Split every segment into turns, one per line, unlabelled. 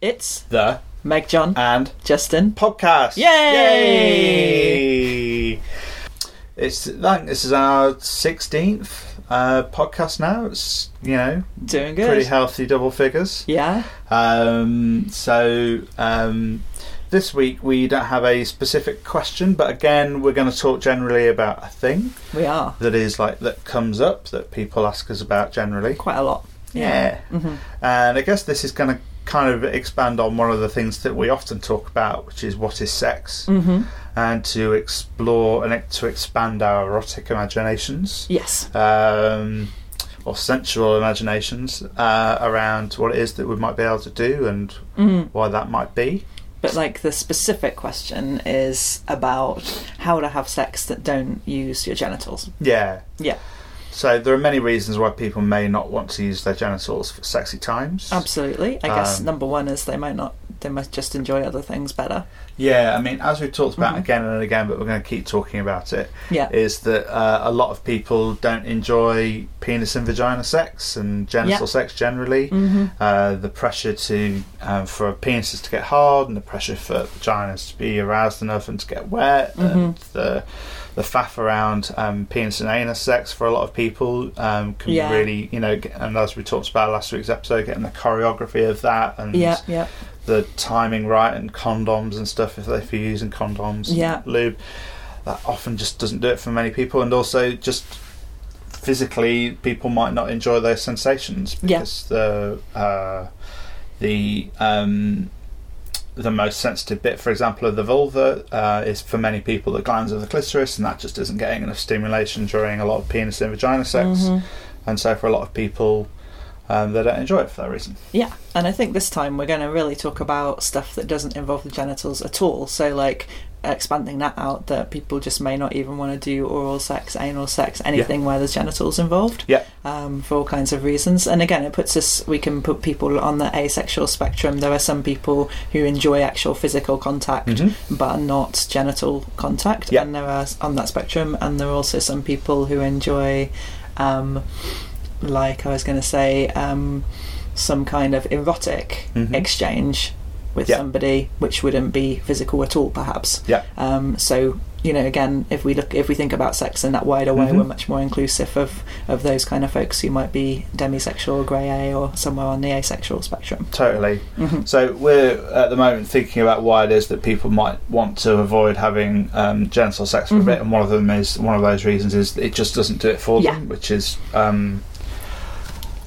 It's
The
Meg, John,
and
Justin.
podcast.
Yay!
Yay! It's I think this is our sixteenth uh, podcast now. It's you know
Doing good.
pretty healthy double figures.
yeah.
Um, so um, this week we don't have a specific question, but again we're going to talk generally about a thing
We are.
that is like that comes up that people ask us about generally.
Quite a lot.
Yeah.
hmm
And I guess this is going to kind of expand on one of the things that we often talk about, which is what is sex,
hmm
and to explore and ex- to expand our erotic imaginations
Yes.
um, or sensual imaginations uh, around what it is that we might be able to do and
Mm.
why that might be.
But like the specific question is about how to have sex that don't use your genitals.
Yeah.
Yeah.
So there are many reasons why people may not want to use their genitals for sexy times.
Absolutely. I guess
Um,
number one is they might not. They must just enjoy other things better.
Yeah, I mean, as we've talked about
Mhm.
again and again, but we're going to keep talking about it,
Yeah.
is that uh, a lot of people don't enjoy penis and vagina sex and genital
Yeah.
sex generally.
hmm
Uh, the pressure to um, for penises to get hard and the pressure for vaginas to be aroused enough and to get wet and
Mm-hmm.
the the faff around um, penis and anus sex for a lot of people um, can
Yeah.
really you know get, and as we talked about last week's episode getting the choreography of that and
Yeah. Yeah.
the timing right and condoms and stuff if, if you're using condoms and
Yeah.
lube that often just doesn't do it for many people and also just physically people might not enjoy those sensations
Yeah.
because the uh, the um, the most sensitive bit for example of the vulva uh, is for many people the glands of the clitoris and that just isn't getting enough stimulation during a lot of penis and vagina sex
Mhm.
and so for a lot of people um, they don't enjoy it for that reason
Yeah, and I think this time we're going to really talk about stuff that doesn't involve the genitals at all. So, like expanding that out, that people just may not even want to do oral sex, anal sex, anything where there's genitals involved.
Yeah.
Um, for all kinds of reasons. And again, it puts us, we can put people on the asexual spectrum. There are some people who enjoy actual physical contact but not genital contact.
Mm-hmm. Yeah.
And there are on that spectrum, and there are also some people who enjoy, um, like I was going to say, um, some kind of erotic
Mhm.
exchange with
Yeah.
somebody, which wouldn't be physical at all, perhaps.
Yeah.
Um, so you know, again, if we look, if we think about sex in that wider way,
Mhm.
we're much more inclusive of of those kind of folks who might be demisexual, grey A, or somewhere on the asexual spectrum.
totally
Mhm.
So we're at the moment thinking about why it is that people might want to avoid having um, genital sex for
Mhm.
a bit, and one of them is one of those reasons is it just doesn't do it for
Yeah.
them, which is um,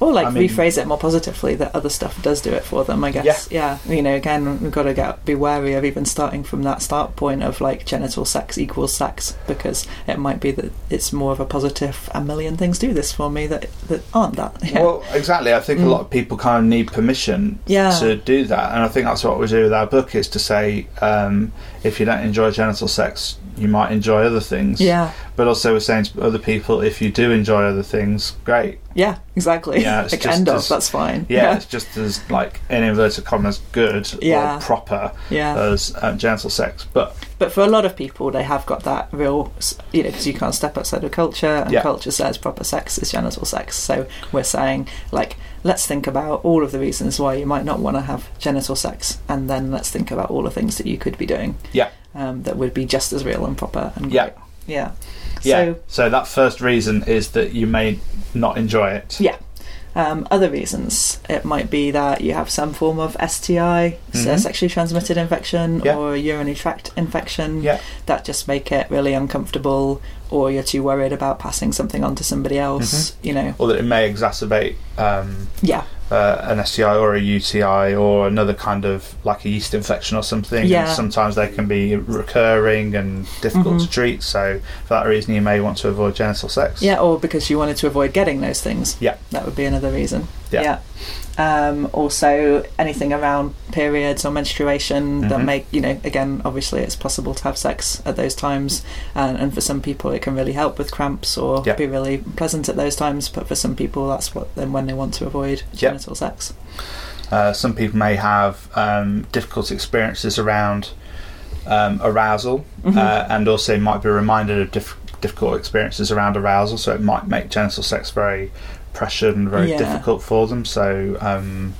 Or like
I mean-
rephrase it more positively that other stuff does do it for them, I guess. Yeah. You know, again, we've got to get be wary of even starting from that start point of like genital sex equals sex because it might be that it's more of a positive. A million things do this for me that that aren't that. Yeah.
well, exactly. I think a
Mm.
lot of people kind of need permission
Yeah.
to do that, and I think that's what we do with our book is to say um, if you don't enjoy genital sex, you might enjoy other things.
yeah.
But also we're saying to other people if you do enjoy other things, great.
Yeah. Exactly.
Yeah, it's
like
just
end of.
as-
That's fine.
Yeah, it's just as like in inverted commas good
Yeah.
or proper
Yeah.
as um, genital sex, but
But for a lot of people, they have got that real, you know, because you can't step outside of culture, and
Yeah.
culture says proper sex is genital sex. So we're saying, like, let's think about all of the reasons why you might not want to have genital sex, and then let's think about all the things that you could be doing.
Yeah.
Um, that would be just as real and proper. And
Yeah.
great. Yeah.
Yeah.
So
So, that first reason is that you may not enjoy it.
Yeah. um, other reasons. It might be that you have some form of STI, so
Mhm.
sexually transmitted infection,
Yeah.
or urinary tract infection
Yeah.
that just make it really uncomfortable, or you're too worried about passing something on to somebody else.
Mm-hmm.
You know,
Or that it may exacerbate um,
yeah,
uh, an STI or a UTI or another kind of like a yeast infection or something. And
Yeah.
sometimes they can be recurring and difficult
Mhm.
to treat. So for that reason, you may want to avoid genital sex.
yeah, or because you wanted to avoid getting those things.
Yeah.
that would be another reason.
Yeah.
Yeah. Um, also, anything around periods or menstruation that
Mhm.
make you know, again, obviously, it's possible to have sex at those times, and, and for some people, it can really help with cramps or
Yeah.
be really pleasant at those times. But for some people, that's what then when they want to avoid
Yeah.
genital sex.
Uh, some people may have um, difficult experiences around um, arousal,
Mhm.
uh, and also might be reminded of diff- difficult experiences around arousal. So it might make genital sex very pressured and very
Yeah.
difficult for them. So um,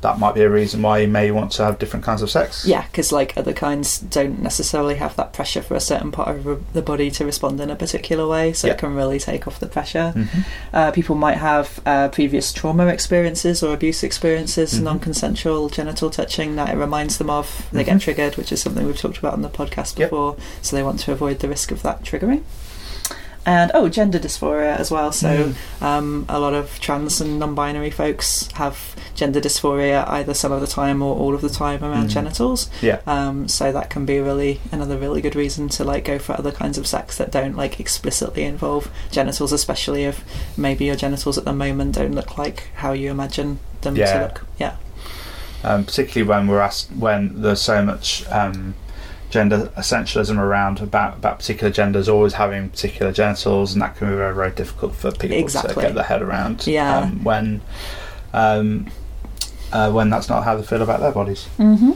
that might be a reason why you may want to have different kinds of sex.
Yeah, because like other kinds don't necessarily have that pressure for a certain part of re- the body to respond in a particular way, so
Yeah.
it can really take off the pressure.
Mhm.
Uh, people might have uh, previous trauma experiences or abuse experiences,
Mhm.
non-consensual genital touching that it reminds them of. They
Mhm.
get triggered, which is something we've talked about on the podcast
Yep.
before, so they want to avoid the risk of that triggering. And oh, gender dysphoria as well.
Mm-hmm.
So um, a lot of trans and non-binary folks have gender dysphoria either some of the time or all of the time around
Mm.
genitals.
Yeah.
Um, so that can be really another really good reason to like go for other kinds of sex that don't like explicitly involve genitals, especially if maybe your genitals at the moment don't look like how you imagine them to
Yeah.
look. Yeah.
um, particularly when we're asked when there's so much um, gender essentialism around about about particular genders always having particular genitals, and that can be very very difficult for people to
Exactly.
get their head around.
Yeah.
um, when um, uh, when that's not how they feel about their bodies.
Mm-hmm.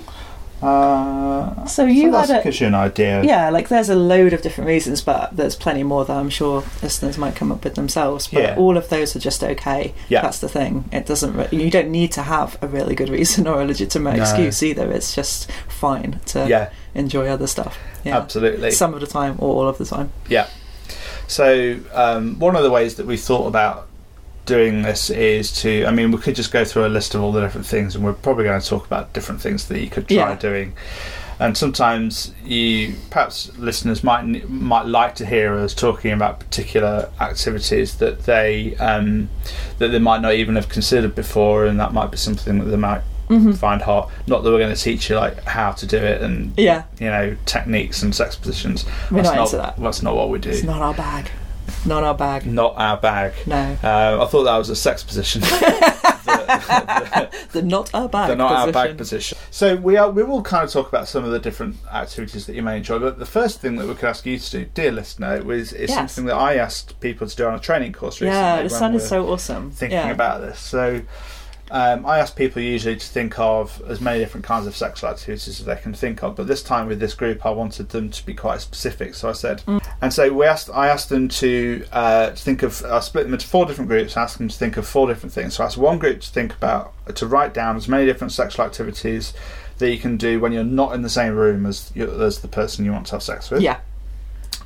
Uh,
So you
so
had
that
a
gives you an idea.
yeah, like there's a load of different reasons, but there's plenty more that I'm sure listeners might come up with themselves. But
Yeah.
all of those are just okay.
Yeah.
That's the thing. It doesn't. Re- you don't need to have a really good reason or a legitimate
No.
excuse either. It's just fine to
Yeah,
enjoy other stuff. Yeah.
absolutely.
Some of the time or all of the time.
So um, one of the ways that we thought about doing this is to I mean we could just go through a list of all the different things and we're probably going to talk about different things that you could try
Yeah.
doing. And sometimes you perhaps listeners might might like to hear us talking about particular activities that they um, that they might not even have considered before and that might be something that they might
Mhm.
find hot. Not that we're going to teach you like how to do it and
Yeah.
you know techniques and sex positions.
We're
that's
not into that.
That's not what we do
It's not our bag. Not our bag.
not our bag.
No.
Uh, I thought that was a sex position. the,
The not our bag.
the not our bag
position.
position. So we are. We will kind of talk about some of the different activities that you may enjoy. But the first thing that we could ask you to do, dear listener, was is
Yes.
something that I asked people to do on a training course recently.
Yeah,
when
it sounded
we were
so awesome.
thinking
yeah.
about this. So. Um, I ask people usually to think of as many different kinds of sexual activities as they can think of, but this time with this group, I wanted them to be quite specific. So I said,
Mm.
and so we asked, I asked them to uh, to think of, I split them into four different groups, asked them to think of four different things. So I asked one group to think about, to write down as many different sexual activities that you can do when you're not in the same room as, you, as the person you want to have sex with.
Yeah.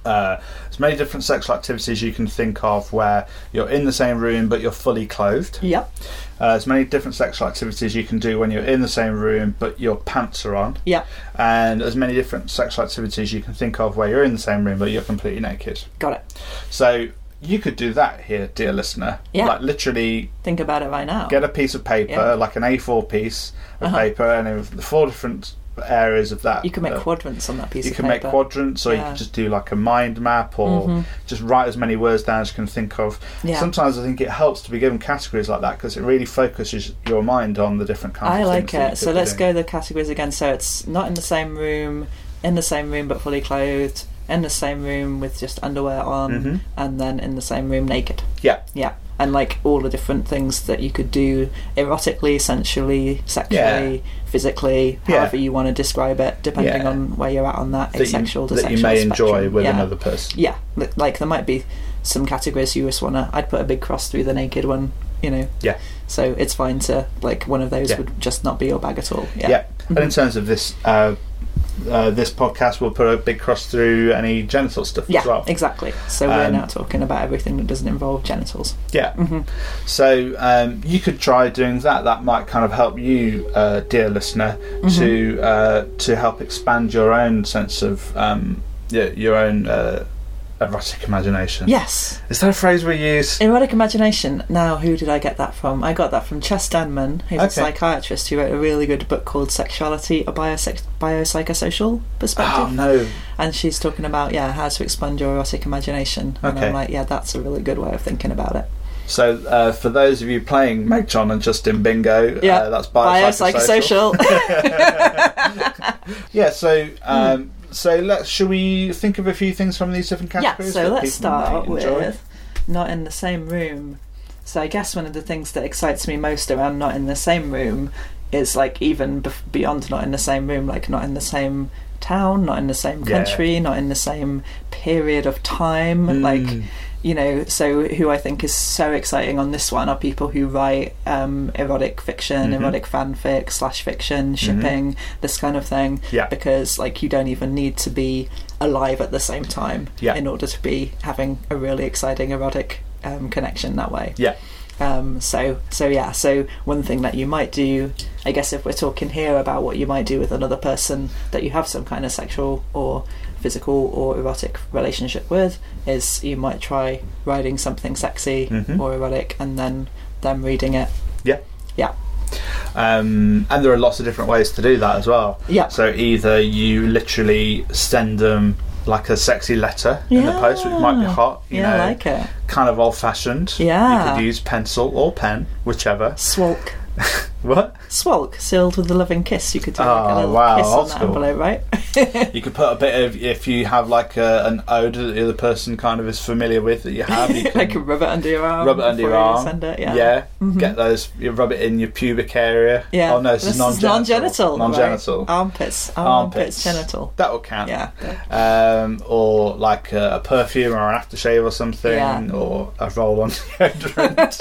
Uh, as many different sexual activities you can think of where you're in the same room but you're fully clothed.
Yep.
Uh, as many different sexual activities you can do when you're in the same room but your pants are on.
Yep.
And as many different sexual activities you can think of where you're in the same room but you're completely naked.
Got it.
So you could do that here, dear listener.
Yeah.
Like literally
Think about it right now.
get a piece of paper,
Yeah.
like an A4 piece of
Uh-huh.
paper, and then the four different areas of that.
you can make
uh,
quadrants on that piece
you
of
can
paper.
make quadrants, or you
Yeah.
can just do like a mind map, or
Mhm.
just write as many words down as you can think of.
Yeah.
Sometimes I think it helps to be given categories like that because it really focuses your mind on the different kinds.
I
of
like
things that you
it. So
could be
let's
doing.
go the categories again. So it's not in the same room, in the same room but fully clothed, in the same room with just underwear on,
Mhm.
and then in the same room naked.
Yeah.
Yeah. And like all the different things that you could do erotically, sensually, sexually, physically,
Yeah.
however you want to describe it, depending
Yeah.
on where you're at on that,
That
asexual
you,
to
that
sexual
you may
spectrum.
enjoy with
yeah.
another person.
Yeah, li- like there might be some categories you just wanna. I'd put a big cross through the naked one, you know.
Yeah.
So it's fine to like one of those
Yeah.
would just not be your bag at all. Yeah. Mm-hmm.
Yeah. And in terms of this, uh, uh, this podcast will put a big cross through any genital stuff
Yeah,
as well.
exactly. So we're
Um, Mm-hmm.
now talking about everything that doesn't involve genitals.
Yeah.
hmm
So um, you could try doing that. That might kind of help you, uh, dear listener,
Mm-hmm.
to uh, to help expand your own sense of um, your, your own uh, erotic imagination.
Yes,
Is that a phrase we use?
erotic imagination. Now, who did I get that from? I got that from Chess Danman, who's a
Okay.
psychiatrist who wrote a really good book called "Sexuality: A Biosex- Biopsychosocial Perspective."
Oh no.
and she's talking about yeah how to expand your erotic imagination and
Okay.
i'm like yeah that's a really good way of thinking about it
So uh, for those of you playing Meg John and Justin Bingo,
Yeah.
uh, that's biopsychosocial.
biopsychosocial
Yeah. So. Um, So let's should we think of a few things from these different
Hmm. yeah
categories?
so
that
let's
people may
start
enjoy?
with not in the same room so i guess one of the things that excites me most around not in the same room is like even bef- beyond not in the same room like not in the same town not in the same
Yeah.
country not in the same period of time
Mm.
like you know, so who I think is so exciting on this one are people who write um, erotic fiction,
Mhm.
erotic fanfic, slash
Mm-hmm.
fiction, shipping, this kind of thing.
Yeah.
Because like you don't even need to be alive at the same time
Yeah.
in order to be having a really exciting erotic um, connection that way.
Yeah.
Um, so so yeah. So one thing that you might do, I guess, if we're talking here about what you might do with another person that you have some kind of sexual or physical or erotic relationship with, is you might try writing something sexy
Mhm.
or erotic, and then them reading it.
Yeah.
Yeah.
Um, and there are lots of different ways to do that as well.
Yeah.
So either you literally send them like a sexy letter in the post, which might be
Yeah.
hot, you
yeah,
know,
I like it.
kind of old fashioned.
Yeah.
You could use pencil or pen, whichever.
Swalk.
What?
Swalk, sealed with a loving kiss. You could do like
Oh,
a little
wow,
kiss on
old
that
school.
envelope, right?
You could put a bit of if you have like a, an odor that the other person kind of is familiar with that you have. You can
like rub it under your arm.
rub it under your
before you
arm.
Send it. Yeah. Mhm.
Get those. You rub it in your pubic area.
Yeah.
Oh no, this, is non-genital.
non-genital.
Non-genital.
Right? Armpits.
Armpits.
Armpits. Genital.
That will count.
Yeah.
um, or like a, a perfume or an aftershave or something,
Yeah.
or a roll-on deodorant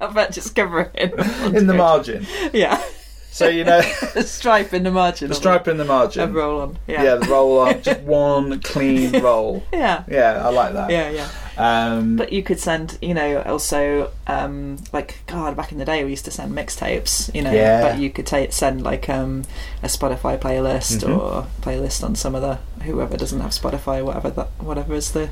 I bet just cover it in,
in the margin.
Yeah.
So you know,
A stripe in the margin.
the stripe in the margin.
A roll on.
yeah.
Yeah.
the roll-on, just one clean roll.
yeah.
Yeah, I like that.
Yeah, yeah.
Um,
But you could send, you know, also, um, like, God, back in the day we used to send mixtapes, you know,
Yeah.
but you could ta send, like, um, a Spotify playlist
Mhm.
or playlist on some of the, whoever doesn't have Spotify, whatever that, whatever is the.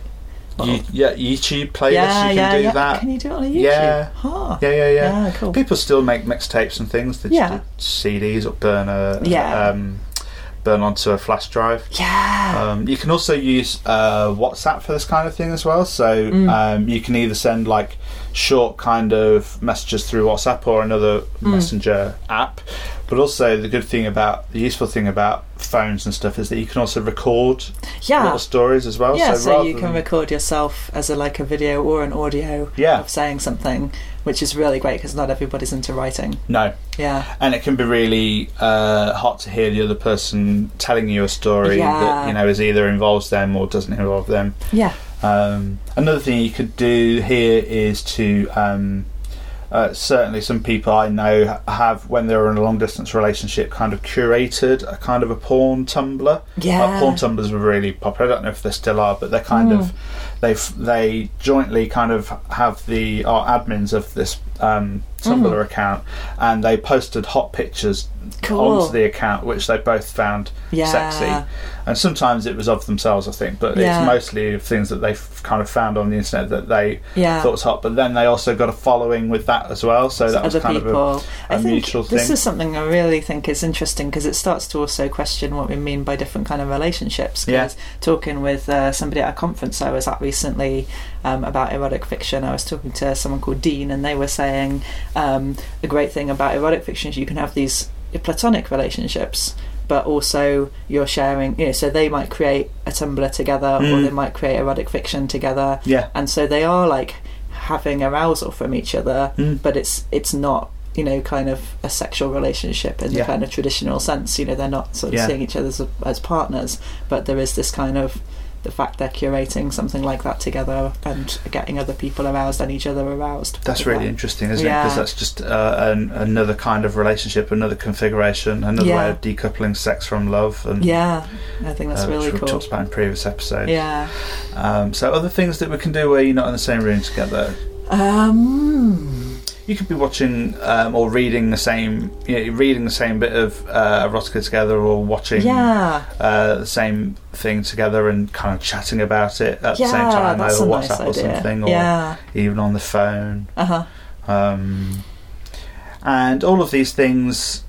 you, yeah, YouTube playlist.
yeah,
Oh, you can
yeah,
do
yeah.
that.
Can you do it on a YouTube?
Yeah.
Huh.
Yeah, yeah, yeah.
Yeah, cool.
People still make mixtapes and things. They just
Yeah.
do CDs or burn a,
Yeah.
um, burn onto a flash drive.
Yeah.
Um, you can also use uh, WhatsApp for this kind of thing as well. So
Mm.
um, you can either send like short kind of messages through WhatsApp or another
Mm.
messenger app. But also the good thing about the useful thing about phones and stuff is that you can also record
yeah.
little stories as uh, well.
Yeah, so,
rather
you can
than-
record yourself as a like a video or an audio
Yeah.
of saying something, which is really great because not everybody's into writing.
no,
Yeah,
and it can be really uh, hot to hear the other person telling you a story that
Yeah.
you know is either involves them or doesn't involve them.
yeah,
Um, another thing you could do here is to um, uh, certainly some people I know ha- have when they're in a long distance relationship kind of curated a kind of a porn Tumblr.
yeah. Hmm.
Uh, porn tumblers were really popular. I don't know if they still are, but they're kind of they have they jointly kind of have the are admins of this um, Tumblr
Hmm.
account, and they posted hot pictures
Cool.
onto the account, which they both found
Yeah.
sexy. And sometimes it was of themselves, I think, but
Yeah.
it's mostly of things that they have kind of found on the internet that they
Yeah.
thought was hot. But then they also got a following with that as well, so that was
other
kind
people.
of a,
I
a
think
mutual
this
thing.
is something I really think is interesting because it starts to also question what we mean by different kind of relationships. 'Cause
Yeah.
Talking with uh, somebody at a conference I was at recently um, about erotic fiction, I was talking to someone called Dean, and they were saying um, the great thing about erotic fiction is you can have these platonic relationships. But also, you're sharing, you know, so they might create a Tumblr together or
Mm.
they might create erotic fiction together
yeah,
and so they are like having arousal from each other
Mm.
but it's it's not you know kind of a sexual relationship in
Yeah.
the kind of traditional sense you know they're not sort of
Yeah.
seeing each other as, as partners but there is this kind of the fact they're curating something like that together and getting other people aroused and each other aroused
That's
as
really
well.
interesting, isn't it? Because
Yeah.
that's just uh, an, another kind of relationship, another configuration, another
Yeah.
way of decoupling sex from love, and
yeah i think that's
uh,
really
which we
cool
talked about in previous episodes.
yeah
Um, so other things that we can do where you're not in the same room together.
um
You could be watching um, or reading the same, you know, reading the same bit of uh, erotica together, or watching
yeah
uh, the same thing together, and kind of chatting about it at the same
yeah
time
that's
over
a
WhatsApp
nice
or
idea
something, or
yeah
even on the phone.
uh-huh
Um, and all of these things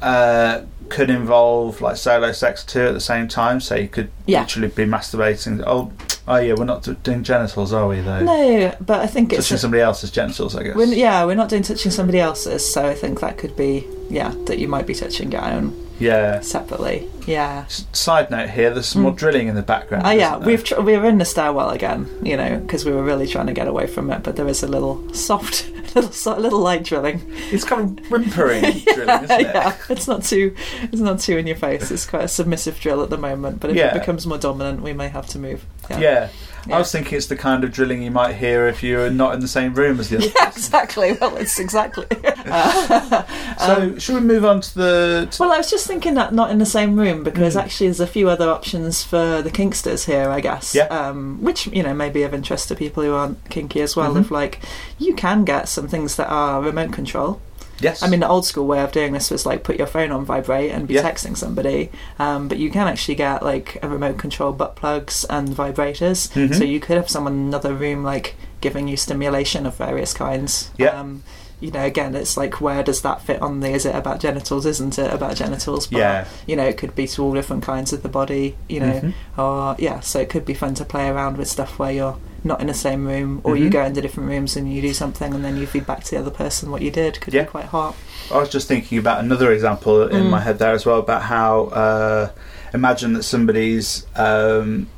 uh, could involve like solo sex too at the same time. So you could
Yeah.
literally be masturbating. Oh, oh yeah, we're not do- doing genitals, are we? Though
no but i think it's
touching somebody else's genitals, I guess.
We're, yeah, we're not doing touching somebody else's, so I think that could be yeah that you might be touching your own
yeah.
separately. Yeah.
S- Side note here: there's some more
Mm.
drilling in the background.
Oh yeah,
isn't there?
we've tr- we were in the stairwell again, you know, because we were really trying to get away from it. But there is a little soft, little so- little light drilling.
it's kind of whimpering drilling, isn't it?
yeah, it's not too it's not too in your face. It's quite a submissive drill at the moment. But if
Yeah.
it becomes more dominant, we may have to move.
Yeah. I was thinking it's the kind of drilling you might hear if you're not in the same room as the other.
Yeah, exactly. Well, it's exactly. Uh,
So, should we move on to the? To
well, I was just thinking that not in the same room because
Mm.
actually there's a few other options for the kinksters here, I guess.
Yeah.
Um, which you know may be of interest to people who aren't kinky as well.
Mhm.
If like you can get some things that are remote control.
yes.
I mean, the old school way of doing this was like put your phone on vibrate and be
Yeah.
texting somebody. Um, but you can actually get like a remote control butt plugs and vibrators.
Mhm.
So you could have someone in another room like giving you stimulation of various kinds.
Yeah.
Um, you know, again, it's like where does that fit on the? Is it about genitals? Isn't it about genitals? But,
Yeah.
You know, it could be to all different kinds of the body. You know,
Mhm.
or yeah, so it could be fun to play around with stuff where you're not in the same room or you
Mhm.
go into different rooms and you do something and then you feed back to the other person what you did could
Yeah.
be quite hot
I was just thinking about another example in
Mm.
my head there as well about how uh, imagine that somebody's um,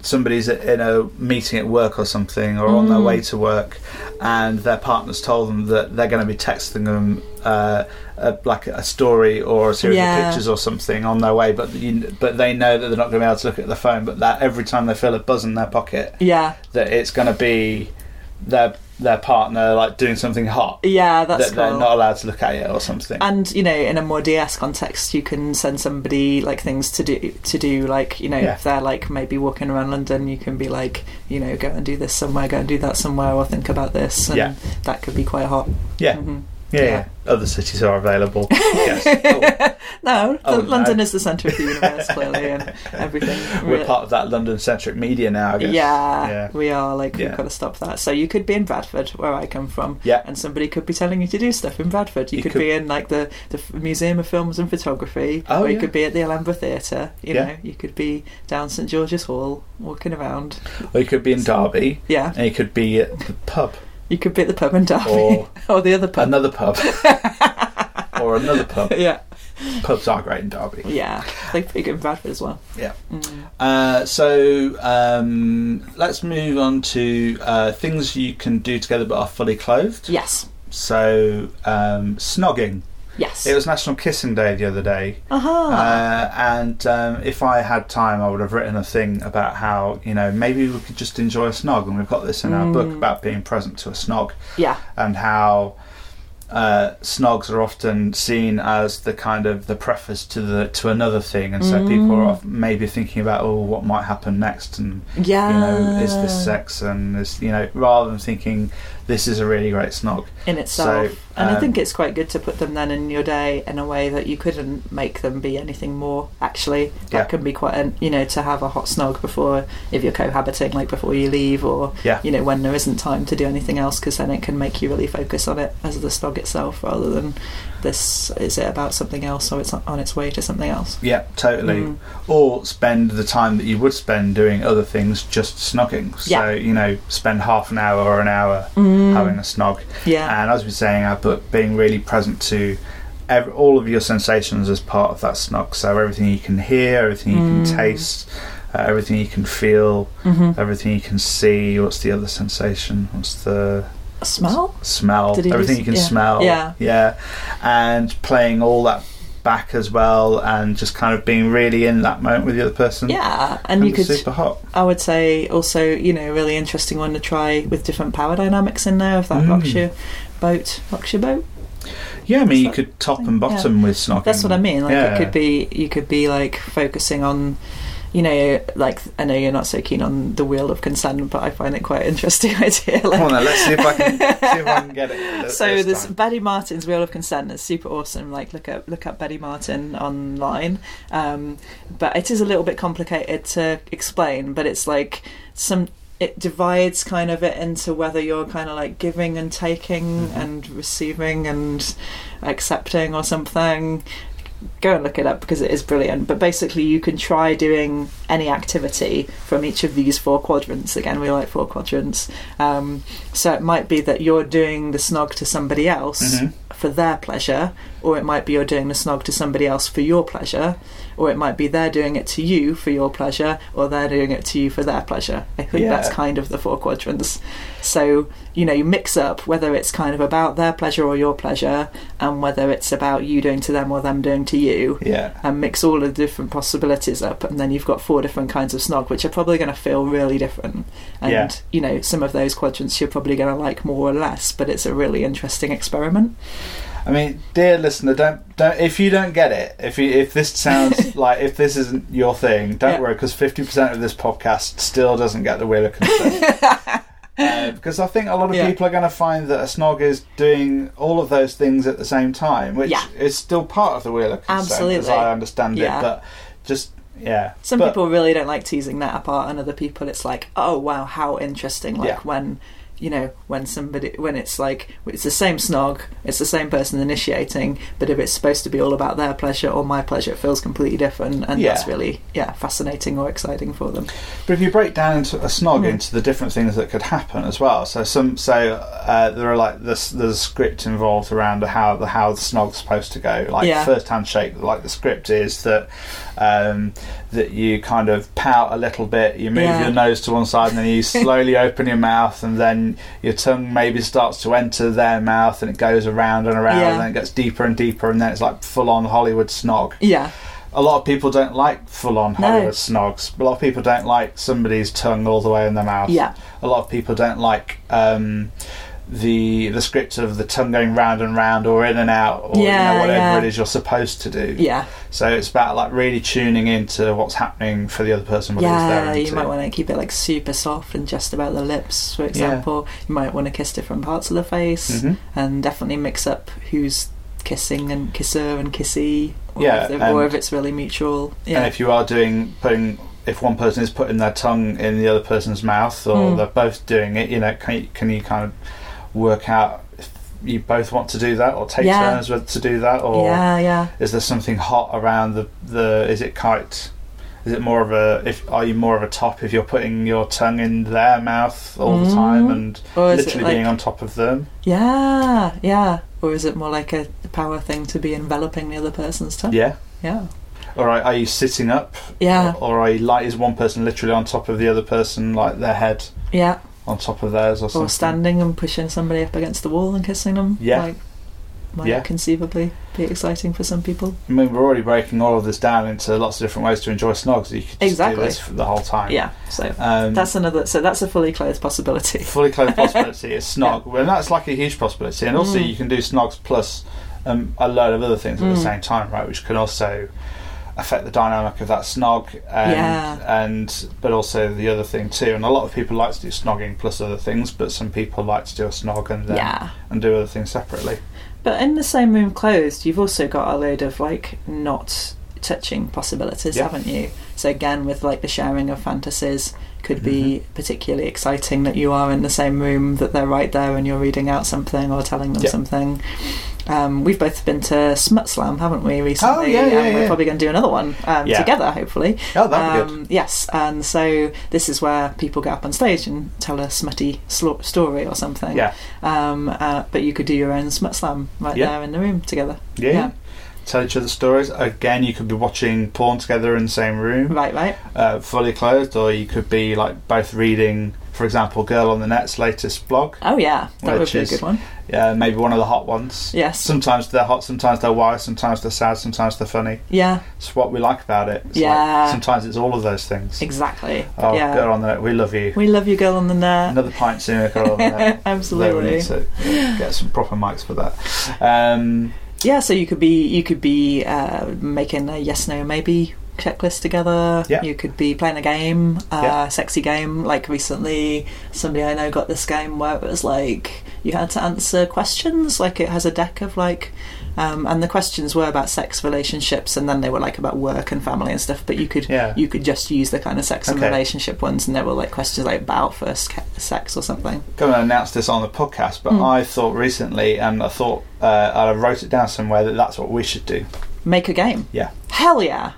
somebody's in a meeting at work or something or on their
Mm.
way to work, and their partner's told them that they're going to be texting them. Uh, a, like a story or a series
Yeah.
of pictures or something on their way, but you, but they know that they're not going to be able to look at the phone. But that every time they feel a buzz in their pocket,
Yeah,
that it's going to be their their partner like doing something hot
yeah, that's
that they're
cool.
not allowed to look at it or something.
and you know, in a more DS context, you can send somebody like things to do. To do like you know,
Yeah.
if they're like maybe walking around London, you can be like, you know, go and do this somewhere, go and do that somewhere, or think about this, and
Yeah.
that could be quite hot.
yeah.
Mhm.
yeah, Oh, yeah, Other cities are available. yes. Oh,
No,
Oh,
the-
no.
London is the centre of the universe clearly, and everything.
we're
re-
part of that London-centric media now. I guess.
Yeah,
Yeah.
we are like
Yeah.
we've got to stop that. So you could be in Bradford, where I come from,
Yeah.
and somebody could be telling you to do stuff in Bradford. You,
You
could,
could-
be in like the, the F- Museum of Films and Photography,
Oh,
or you
yeah.
could be at the Alhambra Theatre. You
Yeah.
know, you could be down St George's Hall walking around.
Or you could be in Derby,
Yeah,
and you could be at the pub
you could be at the pub in Derby
or
or the other pub.
another pub or another pub.
yeah,
Pubs are great in Derby.
yeah, they big in Bradford as well.
Yeah.
Mm.
Uh, so um, let's move on to uh, things you can do together but are fully clothed.
Yes,
So um, snogging.
yes. Uh-huh.
It was National Kissing Day the other day.
Aha.
Uh, and um, if I had time, I would have written a thing about how you know maybe we could just enjoy a snog, and we've got this in our
Mm.
book about being present to a snog
yeah,
and how uh, snogs are often seen as the kind of the preface to the to another thing, and so people are
Mm.
off- maybe thinking about oh what might happen next, and
yeah.
you know is
Ah.
this sex, and is you know rather than thinking this is a really great snog.
in itself.
So,
and
um,
I think it's quite good to put them then in your day in a way that you couldn't make them be anything more. Actually, that
Yeah.
can be quite, an, you know, to have a hot snog before if you're cohabiting, like before you leave, or
Yeah.
you know when there isn't time to do anything else, because then it can make you really focus on it as the snog itself rather than this is it about something else or it's on its way to something else.
Yeah, totally.
Mm.
Or spend the time that you would spend doing other things just snogging. So,
Yeah.
you know, spend half an hour or an hour
Mm.
having a snog.
yeah,
And as we we're saying, I put being really present to ev all of your sensations as part of that snog. So, everything you can hear, everything you can
Mm.
taste, uh, everything you can feel,
Mhm.
everything you can see. What's the other sensation? What's the
smell.
smell,
Did he
everything
just-
you can
yeah.
smell.
Yeah.
Yeah. And playing all that back as well and just kind of being really in that moment with the other person.
Yeah,
Can
and you
be
could
super hot.
I would say also, you know, a really interesting one to try with different power dynamics in there if that
Mm.
rocks your boat, rocks your boat.
Yeah, I mean
Is
you
that
could top
thing?
and bottom with snogging.
That's what I mean. Like
yeah.
it could be, you could be like focusing on, you know, like I know you're not so keen on the wheel of consent, but I find it quite interesting idea. Like,
Come on, then, let's see if I can see if I can get it. th-
so
this
this
time.
Betty Martin's Wheel of Consent is super awesome. Like look up look up Betty Martin online. Um, but it is a little bit complicated to explain. But it's like some it divides kind of it into whether you're kind of like giving and taking
Mhm.
and receiving and accepting or something. Go and look it up because it is brilliant. But basically, you can try doing any activity from each of these four quadrants. Again, we like four quadrants. Um, so it might be that you're doing the snog to somebody else
Mhm.
for their pleasure, or it might be you're doing the snog to somebody else for your pleasure, or it might be they're doing it to you for your pleasure, or they're doing it to you for their pleasure. I think
Yeah.
that's kind of the four quadrants. So, you know, you mix up whether it's kind of about their pleasure or your pleasure, and whether it's about you doing to them or them doing to you
Yeah.
and mix all of the different possibilities up, and then you've got four different kinds of snog, which are probably going to feel really different. And
Yeah.
you know, some of those quadrants you're probably going to like more or less, but it's a really interesting experiment.
I mean, dear listener, don't don't if you don't get it, if you, if this sounds like if this isn't your thing, don't
Yeah.
worry because fifty percent of this podcast still doesn't get the wheel of consent. Uh, because I think a lot of
Yeah.
people are going to find that a snog is doing all of those things at the same time, which
Yeah.
is still part of the wheel of consent, as
Absolutely.
I understand
Yeah.
it. But just yeah,
Some
But-
people really don't like teasing that apart, and other people it's like, oh wow, how interesting! Like
Yeah.
when you know when somebody when it's like it's the same snog, it's the same person initiating, but if it's supposed to be all about their pleasure or my pleasure, it feels completely different, and that's
Yeah.
really yeah fascinating or exciting for them.
But if you break down into a
Hmm.
snog into the different things that could happen as well, so some so uh, there are like this there's a script involved around how the how the snog's supposed to go. Like
Yeah.
first handshake, like the script is that um, that you kind of pout a little bit, you move
Yeah.
your nose to one side, and then you slowly open your mouth, and then your tongue maybe starts to enter their mouth, and it goes around and around,
Yeah.
and then it gets deeper and deeper, and then it's like full on Hollywood snog
Yeah,
a lot of people don't like full on
No.
Hollywood snogs. A lot of people don't like somebody's tongue all the way in their mouth.
Yeah.
A lot of people don't like um, the the script of the tongue going round and round or in and out or
Yeah,
you know, whatever
yeah.
it is you're supposed to do.
yeah.
So it's about like really tuning into what's happening for the other person. What it is
yeah,
they're into.
you might want to keep it like super soft and just about the lips, for example. You might want to kiss different parts of the face
Mhm.
and definitely mix up who's kissing and kisser and kissy, or,
Yeah,
if,
and-
or if it's really mutual.
And
Yeah,
if you are doing putting if one person is putting their tongue in the other person's mouth or
Mm.
they're both doing it, you know, can you, can you kind of work out if you both want to do that or take
Yeah.
turns with to do that or
yeah, yeah.
is there something hot around the the is it quite is it more of a if are you more of a top if you're putting your tongue in their mouth all the time
Mm.
and
Or is
literally
it like
being on top of them?
yeah, yeah? Or is it more like a power thing to be enveloping the other person's tongue?
Yeah.
Yeah,
Or are, are you sitting up?
yeah,
Or, or are you like is one person literally on top of the other person like their head?
yeah.
on top of theirs or something.
Or standing and pushing somebody up against the wall and kissing them.
Yeah.
like, might
Yeah.
conceivably be exciting for some people.
I mean, we're already breaking all of this down into lots of different ways to enjoy snogs. You could just
Exactly.
do this for the whole time.
Yeah, so
Um,
That's another. So that's a fully clothed possibility.
fully clothed possibility is snog. Well, that's like a huge possibility, and also
Mm.
you can do snogs plus um, a load of other things at the
Mm.
same time, right? Which can also affect the dynamic of that snog, and,
Yeah.
and but also the other thing too. And a lot of people like to do snogging plus other things, but some people like to do a snog and then,
Yeah.
and do other things separately.
But in the same room, clothed, you've also got a load of like not touching possibilities,
Yeah.
haven't you? So again, with like the sharing of fantasies, could be
Mm-hmm.
particularly exciting that you are in the same room that they're right there and you're reading out something or telling them
Yeah.
something. Um, we've both been to Smut Slam, haven't we, recently?
Oh, yeah, yeah,
and we're
yeah.
probably going to do another one um,
Yeah.
together, hopefully.
Oh, that'd be good.
um, Yes, and so this is where people get up on stage and tell a smutty slo- story or something.
Yeah.
Um, uh, but you could do your own smut slam right
Yeah.
there in the room together.
Yeah.
Yeah.
Tell each other stories. Again, you could be watching porn together in the same room,
Right, right.
uh, fully clothed, or you could be like both reading, for example, Girl on the Net's latest blog.
Oh yeah, that
Which
would be
is-
a good one.
Yeah, maybe one of the hot ones.
Yes.
Sometimes they're hot, sometimes they're wild, sometimes they're sad, sometimes they're funny.
Yeah,
It's what we like about it. It's like,
Yeah.
sometimes it's all of those things.
exactly.
Oh,
yeah.
Girl on the Net, we love you.
We love you, girl on the net.
Another pint soon, at Girl on the Net. Though we
Absolutely.
need to get some proper mics for that. Um,
Yeah, so you could be you could be uh, making a yes no maybe checklist together.
Yeah.
You could be playing a game, uh,
Yeah.
sexy game. Like recently, somebody I know got this game where it was like you had to answer questions. Like it has a deck of like, um, and the questions were about sex, relationships, and then they were like about work and family and stuff. But you could
Yeah.
you could just use the kind of sex and
Okay.
relationship ones, and there were like questions like about first ca- sex or something.
going to announce this on the podcast,
Hmm.
but I thought recently, and I thought uh, I wrote it down somewhere that that's what we should do,
Make a game.
Yeah.
Hell yeah.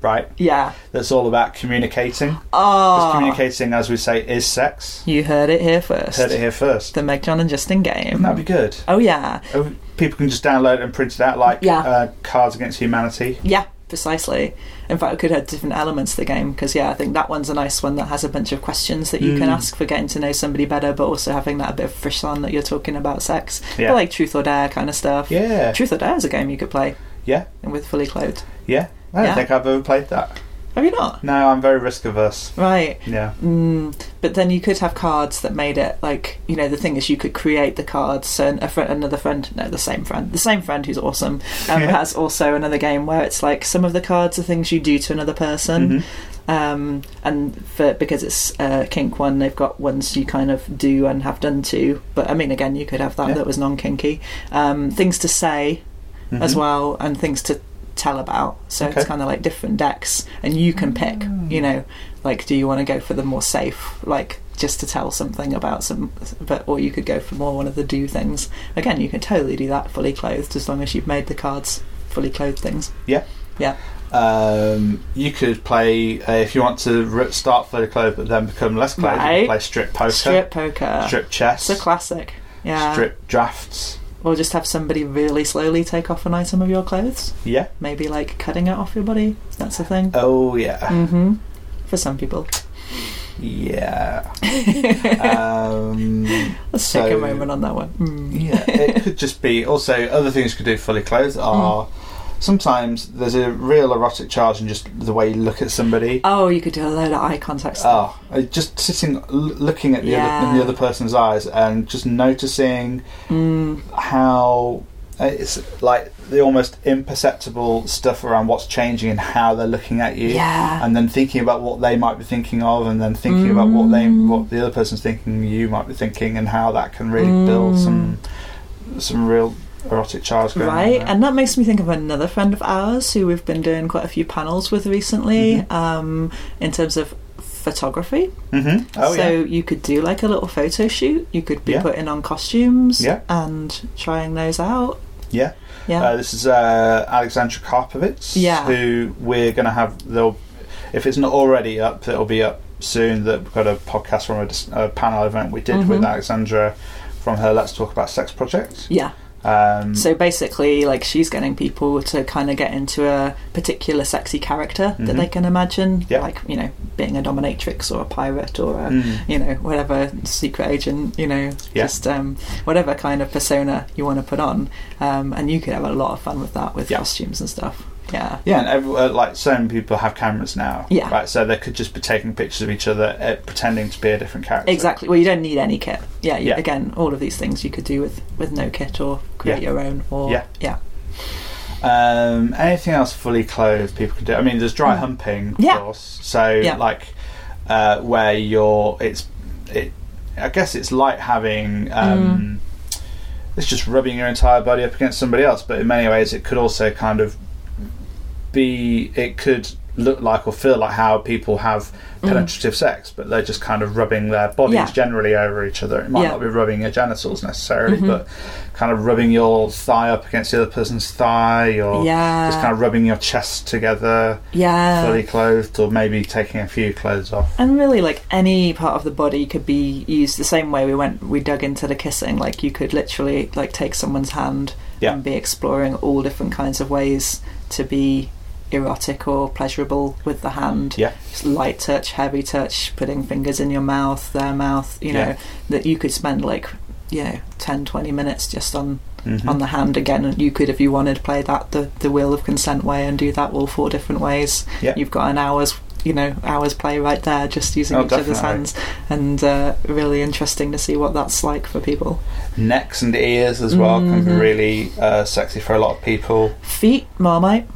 right?
Yeah.
That's all about communicating.
Oh.
Because communicating, as we say, is sex.
You heard it here first.
Heard it here first.
The Meg John and Justin game.
That'd be good.
Oh yeah.
Oh, people can just download it and print it out like
Yeah.
uh, Cards Against Humanity.
Yeah, precisely. In fact, it could have different elements to the game because, yeah, I think that one's a nice one that has a bunch of questions that you can
Mm.
ask for getting to know somebody better, but also having that bit of frisson that you're talking about sex,
Yeah.
But like truth or dare kind of stuff.
Yeah,
Truth or dare is a game you could play
yeah,
and with fully clothed.
yeah. I don't
Yeah.
think I've ever played that.
Have you not?
No, I'm very risk averse.
Right.
Yeah,
Mm, but then you could have cards that made it like you know the thing is you could create the cards. So an- a friend, another friend, no, the same friend, the same friend who's awesome um,
Yeah.
has also another game where it's like some of the cards are things you do to another person.
Mhm.
um, and for, because it's a kink one, they've got ones you kind of do and have done to. But I mean, again, you could have that
Yeah.
that was non kinky. Um, things to say as
Mhm.
well, and things to tell about. So
Okay.
it's kind of like different decks, and you can pick. You know, like do you want to go for the more safe, like just to tell something about some, but or you could go for more one of the do things. Again, you can totally do that fully clothed as long as you've made the cards fully clothed things.
Um, you could play uh, if you want to re- start fully clothed, but then become less clothed. You
Right.
can play strip poker,
Strip uh, poker.
strip chess,
It's a classic. Yeah.
strip drafts.
Or just have somebody really slowly take off an item of your clothes.
Yeah.
Maybe like cutting it off your body. That's a thing.
Oh yeah.
hmm For some people.
Yeah. um,
Let's
So-
take a moment on that one. Mm.
yeah. It could just be. Also, other things you could do fully clothed are.
Hmm.
Sometimes there's a real erotic charge in just the way you look at somebody.
Oh, you could do a load of eye contact stuff.
Oh, uh, just sitting, l- looking at the, other, in
Yeah.
the other person's eyes and just noticing
Mm.
how uh, it's like the almost imperceptible stuff around what's changing and how they're looking at you,
Yeah.
and then thinking about what they might be thinking of, and then thinking about what they,
Mm.
what the other person's thinking, you might be thinking, and how that can really build
Mm.
some, some real erotic charge going on
Right,
there.
and that makes me think of another friend of ours who we've been doing quite a few panels with recently
Mm-hmm.
um, in terms of photography.
Mhm. Oh
so
yeah.
you could do like a little photo shoot, you could be
Yeah.
putting on costumes
Yeah.
and trying those out.
Yeah.
Yeah.
Uh, this is uh, Alexandra Karpovitz,
Yeah.
who we're going to have. They'll, if it's not already up, it'll be up soon. That we've got a podcast from a, dis- a panel event we did with
Mhm.
Alexandra from her Let's Talk About Sex project.
yeah.
Um,
So basically, like she's getting people to kind of get into a particular sexy character that
Mhm.
they can imagine,
Yeah.
like you know, being a dominatrix or a pirate or a
mm,
you know whatever secret agent, you know,
Yeah.
just um, whatever kind of persona you want to put on, um, and you could have a lot of fun with that with
Yeah.
costumes and stuff. Yeah,
yeah, and every, uh, like so many people have cameras now,
Yeah.
right? So they could just be taking pictures of each other, uh, pretending to be a different character.
exactly. Well, you don't need any kit. Yeah, you,
Yeah.
again, all of these things you could do with with no kit or create
Yeah.
your own or
Yeah.
yeah,
Um, anything else fully clothed people can do? I mean, there's dry
Mm.
humping, of
Yeah.
course. So
Yeah.
like uh, where you're, it's it. I guess it's like having. Um,
Hmm.
It's just rubbing your entire body up against somebody else, but in many ways, it could also kind of be. It could look like or feel like how people have penetrative sex, but they're just kind of rubbing their bodies
Hmm. Yeah.
generally over each other. It might
Yeah. Mm-hmm.
not be rubbing your genitals necessarily, but kind of rubbing your thigh up against the other person's thigh, or
yeah, Uh.
just kind of rubbing your chest together,
yeah.
fully clothed, or maybe taking a few clothes off.
And really, like any part of the body could be used the same way we went, we dug into the kissing. Like you could literally like take someone's hand
Yeah.
and be exploring all different kinds of ways to be erotic or pleasurable with the hand.
Yeah.
Just Light touch, heavy touch, putting fingers in your mouth, their mouth, you know,
Yeah.
that you could spend like, you know, 10, 20 minutes just on,
Mhm.
on the hand again. And you could, if you wanted, play that the, the will of consent way and do that all four different ways
Yeah.
you've got an hour's you know hours play right there just using
Oh,
each other's
definitely.
hands and uh, really interesting to see what that's like for people
Necks and ears as well can be
Mhm.
really uh, sexy for a lot of people.
feet marmite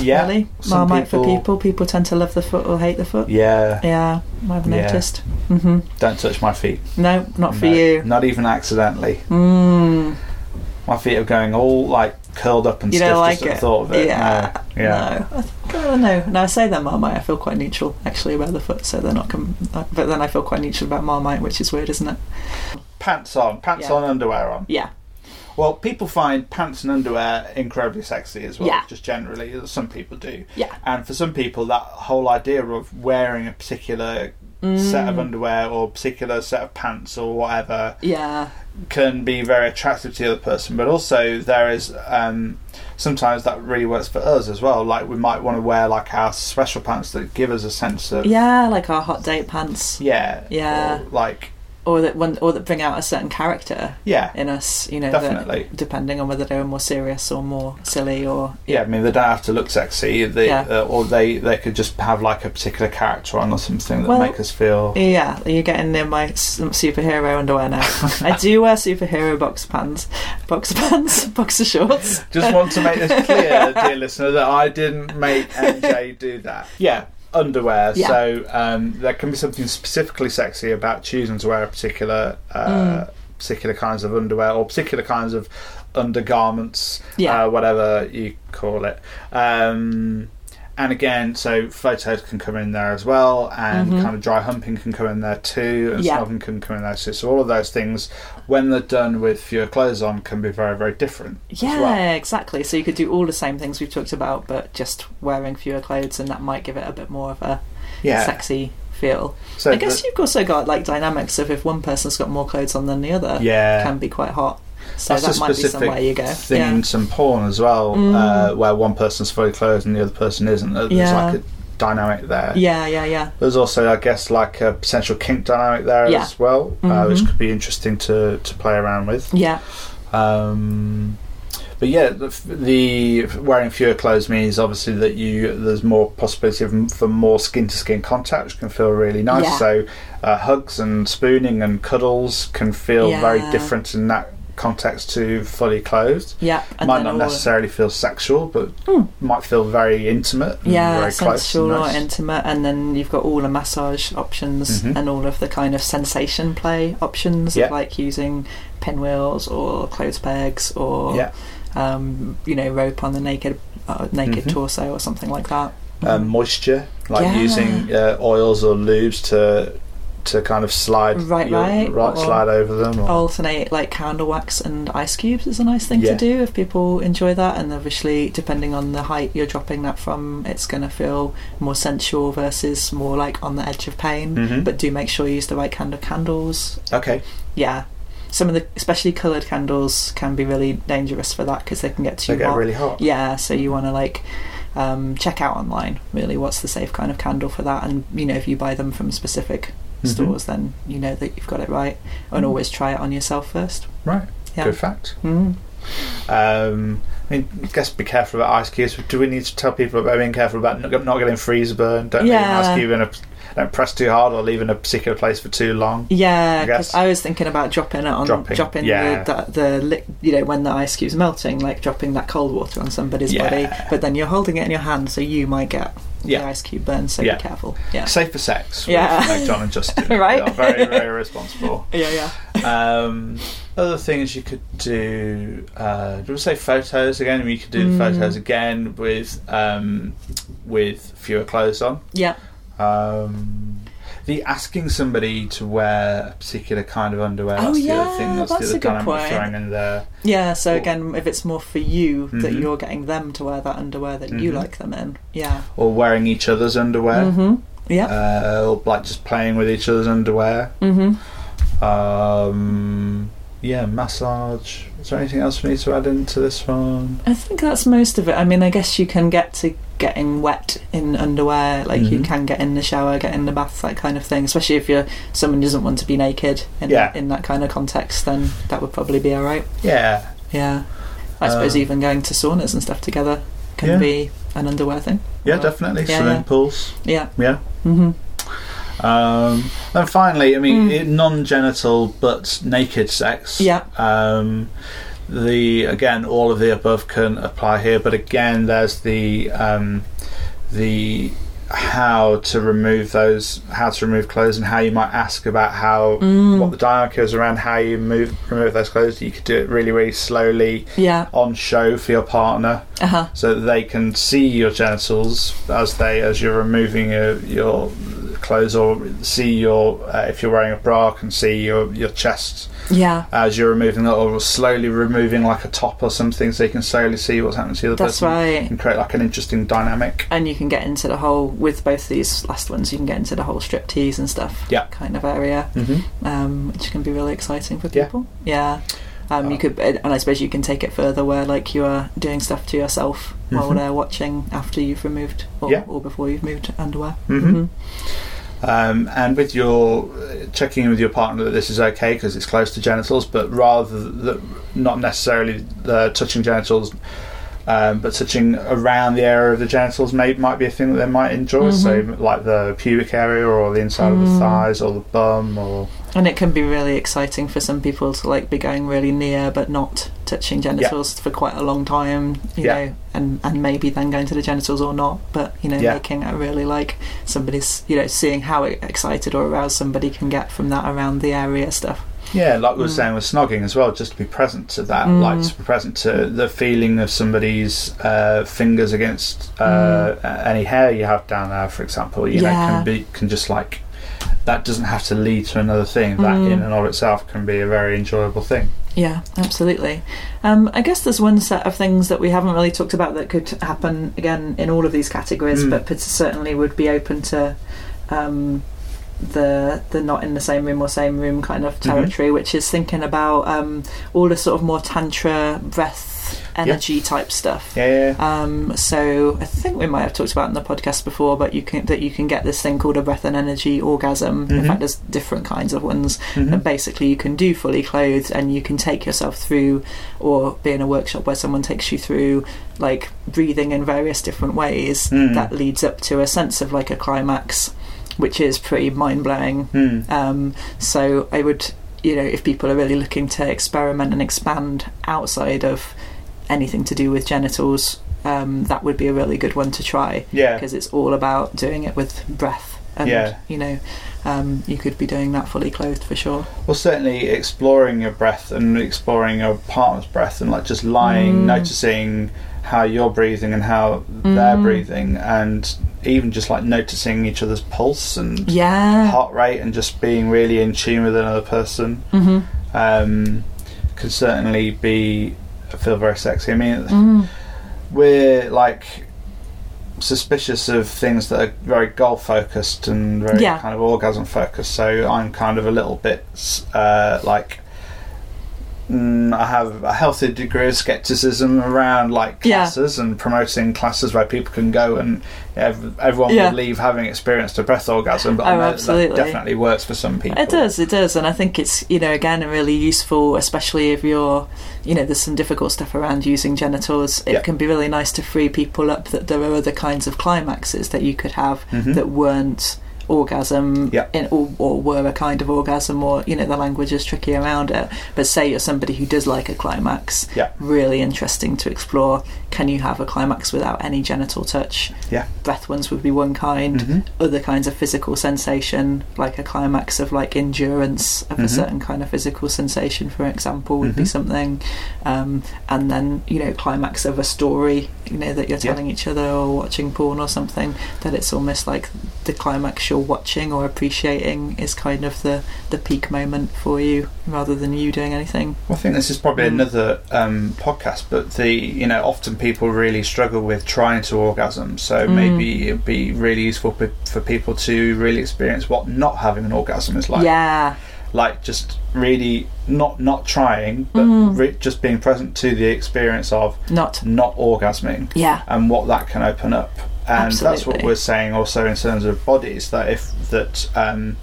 Yeah,
really
some
marmite for people people tend to love the foot or hate the foot
Yeah,
yeah i've
Yeah.
noticed hmm
don't touch my feet.
no not for
No,
you
Not even accidentally.
mm,
My feet are going all like curled up and
You
stiff
don't like
just at the
it?
thought of it.
Yeah.
No. Yeah.
no i think- I don't know. Now I say they're marmite. I feel quite neutral actually about the foot, so they're not. Com- uh, but then I feel quite neutral about marmite, which is weird, isn't it?
Pants on, pants
Yeah.
on, underwear on.
Yeah,
Well, people find pants and underwear incredibly sexy as well,
Yeah.
just generally. Some people do.
yeah,
And for some people, that whole idea of wearing a particular set
Mm.
of underwear or particular set of pants or whatever
Yeah.
can be very attractive to the other person, but also there is um, sometimes that really works for us as well. Like we might want to wear like our special pants that give us a sense of
Yeah, like our hot date pants.
yeah,
Yeah.
or, like
Or that one or that bring out a certain character
yeah,
in us, you know,
Definitely.
That, depending on whether they were more serious or more silly or
yeah. I mean, they don't have to look sexy, they,
Yeah.
uh, or they they could just have like a particular character on or something that
Well-
make us feel.
Yeah, you're getting in my s- superhero underwear now. I do wear superhero box pants, box pants, boxer shorts.
Just want to make this clear, dear listener, that I didn't make MJ do that. Yeah, underwear.
Yeah.
So um, there can be something specifically sexy about choosing to wear a particular uh,
Mm.
particular kinds of underwear or particular kinds of undergarments,
Yeah.
uh, whatever you call it. Um, and again, so photos can come in there as well, and
Mhm.
kind of dry humping can come in there too, and
Yeah.
snogging can come in there too. So all of those things, when they're done with fewer clothes on, can be very, very different. as
Yeah,
well.
exactly. So you could do all the same things we've talked about, but just wearing fewer clothes, and that might give it a bit more of a
Yeah.
sexy feel.
So
I guess you've also got like dynamics of if one person's got more clothes on than the other,
the- yeah,
can be quite hot. So
that's a
that might be
specific
some way you go. Mm.
thing in some porn as well, uh, where one person's fully clothed and the other person isn't. There's
Yeah.
like a dynamic there.
yeah, yeah, yeah, yeah.
There's also, I guess, like a potential kink dynamic there
Yeah.
as well, uh, which
Mhm.
could be interesting to to play around with.
Yeah,
Um, but yeah, the, f- the wearing fewer clothes means obviously that you there's more possibility of, m- for more skin to skin contact, which can feel really nice.
Yeah.
So uh, hugs and spooning and cuddles can feel very
Yeah.
different in that context to fully clothed.
yeah.
might not
all-
necessarily feel sexual, but
Hmm.
might feel very intimate. And
yeah,
very close
sensual
and nice.
or intimate, and then you've got all the massage options
Mhm.
and all of the kind of sensation play options,
Yeah.
of like using pinwheels or clothes pegs or
Yeah.
um, you know rope on the naked uh, naked
Mhm.
torso or something like that.
um, moisture, like
Yeah.
using uh, oils or lubes to to kind of slide
Right,
your-
right,
right
or-
slide over them. Or,
Alternate like candle wax and ice cubes is a nice thing
Yeah.
to do if people enjoy that, and obviously depending on the height you're dropping that from, it's going to feel more sensual versus more like on the edge of pain.
Mhm.
But do make sure you use the right kind of candles
okay,
yeah some of the especially coloured candles can be really dangerous for that because they can get too
they get
hot
really hot.
yeah so you want to like um, check out online really what's the safe kind of candle for that and you know if you buy them from specific
Mhm.
stores then you know that you've got it right and
Mm.
always try it on yourself first
Right.
yeah
Good fact.
Mm.
Um, I mean, I guess be careful about ice cubes. Do we need to tell people about being careful about not, not getting freeze burn? Don't leave an
Yeah.
ice cube in a don't press too hard or leave in a particular place for too long.
Yeah,
I
because
guess.
I, was thinking about dropping it on
Dropping,
dropping,
yeah.
the, the, the li- you know when the ice cube's melting, like dropping that cold water on somebody's
Yeah.
body. But then you're holding it in your hand, so you might get
Yeah.
the ice cube burn. So
Yeah.
be careful. Yeah,
Safe for sex. with,
Yeah.
like John and Justin. They
Right.
are very very responsible.
yeah, yeah.
um, other things you could do. Uh, do we say photos again? I mean, you could do the
Mm.
photos again with um, with fewer clothes on.
Yeah.
Um, the asking somebody to wear a particular kind of underwear.
Oh,
that's the other thing.
yeah,
That's,
that's
the
a
other
good
dynamic
point.
throwing in there.
Yeah, so
Or-
again, if it's more for you that
Mhm.
you're getting them to wear that underwear that you
Mhm.
like them in, yeah.
Or wearing each other's underwear.
hmm Yeah.
Uh, or like just playing with each other's underwear.
hmm
Um, yeah, massage. Is there anything else we need to add into this one?
I think that's most of it. I mean, I guess you can get to getting wet in underwear, like you
Mhm.
can get in the shower, get in the bath, that kind of thing. Especially if you're someone who doesn't want to be naked in,
Yeah.
in that kind of context, then that would probably be all right.
Yeah,
Yeah. I suppose
Um,
even going to saunas and stuff together can
Yeah.
be an underwear thing.
yeah,
Well,
definitely.
yeah,
Swimming
yeah.
pools.
Yeah.
Yeah.
hmm
Um, and finally, I mean,
Mm.
it- non-genital but naked sex.
Yeah.
Um, the again, all of the above can apply here, but again, there's the um, the how to remove those, how to remove clothes, and how you might ask about how.
Mm.
What the dynamic is around how you move remove those clothes. You could do it really, really slowly
Yeah.
on show for your partner.
Uh huh.
so that they can see uh, your genitals as they as you're removing your, your clothes or see your uh, if you're wearing a bra can see your your chest
Yeah.
as you're removing that or slowly removing like a top or something so you can slowly see what's happening to the other
That's
person
right.
and create like an interesting dynamic
And you can get into the whole with both these last ones. You can get into the whole strip tease and stuff.
Yeah.
Kind of area,
mm-hmm.
um, which can be really exciting for
Yeah.
people. Yeah. Um,
Uh,
you could, and I suppose you can take it further, where like you are doing stuff to yourself while
Mhm.
they're watching after you've removed or,
Yeah.
or before you've moved underwear.
hmm Um, and with your checking in with your partner that this is okay because it's close to genitals, but rather that not necessarily uh, touching genitals, um, but touching around the area of the genitals may, might be a thing that they might enjoy.
Mm-hmm.
So like the pubic area or the inside of the
Mm.
thighs or the bum or
And it can be really exciting for some people to like be going really near but not touching genitals for quite a long time, you
Yeah.
know, and, and maybe then going to the genitals or not, but you know,
Yeah.
making it really like somebody's, you know, seeing how excited or aroused somebody can get from that around the area stuff.
yeah, like we were
Mm.
saying with snogging as well, just to be present to that,
Mm.
like to be present to the feeling of somebody's uh, fingers against uh, a- any hair you have down there, for example. You know,
Mm. Yeah.
can be can just like that doesn't have to lead to another thing. That
Mm.
in and of itself can be a very enjoyable thing.
Yeah, absolutely. Um, I guess there's one set of things that we haven't really talked about that could happen again in all of these categories,
Mm.
but but certainly would be open to um, the the not in the same room or same room kind of territory, which is thinking about um, all the sort of more tantra breath energy type stuff.
Yeah, yeah,
Um, so I think we might have talked about it in the podcast before, but you can that you can get this thing called a breath and energy orgasm.
Mhm.
In fact, there's different kinds of ones and
Mhm.
basically you can do fully clothed and you can take yourself through or be in a workshop where someone takes you through like breathing in various different ways
Mm.
that leads up to a sense of like a climax which is pretty mind-blowing
Mm.
um, so i would you know if people are really looking to experiment and expand outside of anything to do with genitals um, that would be a really good one to try
yeah.
because it's all about doing it with breath and
Yeah.
you know um, you could be doing that fully clothed for sure
Well, certainly exploring your breath and exploring your partner's breath and like just lying,
Mm.
noticing how you're breathing and how they're
Mm.
breathing, and even just like noticing each other's pulse and
Yeah.
heart rate and just being really in tune with another person
Mm-hmm.
um, can certainly be feel very sexy. I mean,
Mm.
we're like suspicious of things that are very goal focused and very
Yeah.
kind of orgasm focused. So I'm kind of a little bit uh, like. Mm, I have a healthy degree of skepticism around like
Yeah.
classes and promoting classes where people can go and ev- everyone
Yeah.
will leave having experienced a breath orgasm. But I
Oh,
know that
absolutely.
that definitely works for some people.
It does, it does, and I think it's you know again really useful, especially if you're you know there's some difficult stuff around using genitals. It
Yeah.
can be really nice to free people up that there are other kinds of climaxes that you could have
Mhm.
that weren't orgasm
Yeah.
in, or, or were a kind of orgasm or you know the language is tricky around it but say you're somebody who does like a climax
Yeah.
really interesting to explore can you have a climax without any genital touch
Yeah.
breath ones would be one kind
Mhm.
other kinds of physical sensation, like a climax of like endurance of a
Mhm.
certain kind of physical sensation, for example, would be
Mhm.
something. Um, and then you know, climax of a story, you know, that you're
Yeah.
telling each other or watching porn or something. That it's almost like the climax you're watching or appreciating is kind of the the peak moment for you, rather than you doing anything.
I think this is probably
Mm.
another um, podcast, but the you know often people really struggle with trying to orgasm, so
Mm.
maybe it'd be really useful pe- for people to really experience what not having an orgasm is like.
yeah,
Like just really not not trying, but
Mm.
re- just being present to the experience of
not
not orgasming
yeah,
and what that can open up. And that's what
Absolutely.
we're saying also in terms of bodies that if that um,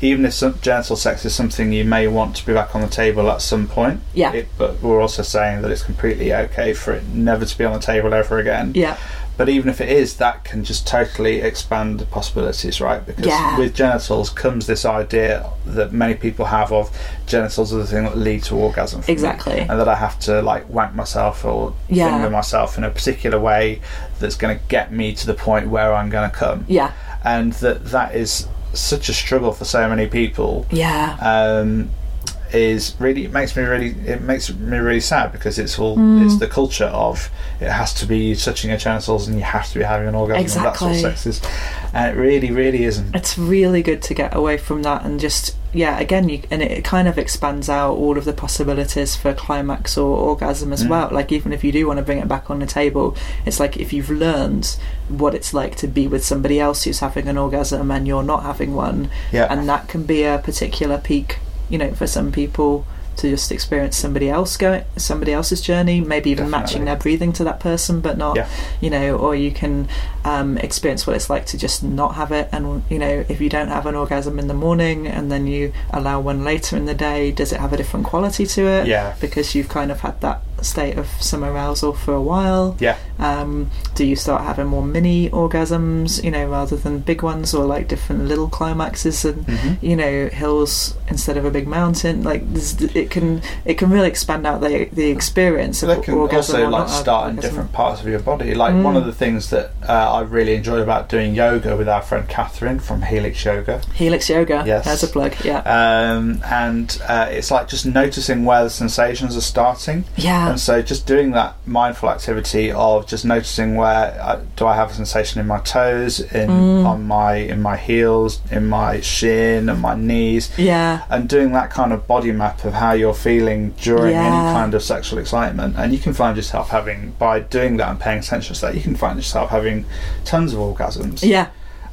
even if some, genital sex is something you may want to be back on the table at some point,
yeah,
it, but we're also saying that it's completely okay for it never to be on the table ever again.
yeah,
But even if it is, that can just totally expand the possibilities, right? Because
Yeah.
with genitals comes this idea that many people have of genitals are the thing that lead to orgasm. For me.
exactly.
And that I have to like wank myself or
Yeah.
finger myself in a particular way that's going to get me to the point where I'm going to come.
Yeah,
And that that is such a struggle for so many people
yeah,
um, is really it makes me really it makes me really sad because it's all
Mm.
it's the culture of it has to be touching your genitals and you have to be having an orgasm and
Exactly.
that's all sexist and it really really isn't
It's really good to get away from that and just yeah again you and it kind of expands out all of the possibilities for climax or orgasm as
Mm.
well like even if you do want to bring it back on the table it's like if you've learned what it's like to be with somebody else who's having an orgasm and you're not having one
yeah
and that can be a particular peak you know for some people to just experience somebody else going somebody else's journey maybe even matching
Definitely.
their breathing to that person but not
Yeah.
you know or you can um, experience what it's like to just not have it and you know if you don't have an orgasm in the morning and then you allow one later in the day does it have a different quality to it
yeah
because you've kind of had that state of some arousal for a while
yeah
um, do you start having more mini orgasms you know rather than big ones or like different little climaxes and
hmm
you know hills instead of a big mountain like this, it can it can really expand out the the experience
So
of
they can
orgasm
also
or
like
not
start in
orgasm.
different parts of your body. Like one
Mm.
of the things that uh, I really enjoyed about doing yoga with our friend Catherine from Helix Yoga,
helix yoga
Yes.
there's a plug yeah
um, and uh, it's like just noticing where the sensations are starting.
yeah
And so, just doing that mindful activity of just noticing where uh, do I have a sensation in my toes, in
Mm.
on my in my heels, in my shin, and my knees,
yeah
and doing that kind of body map of how you're feeling during any
Yeah.
kind of sexual excitement. And you can find yourself having by doing that and paying attention to that, you can find yourself having tons of orgasms.
yeah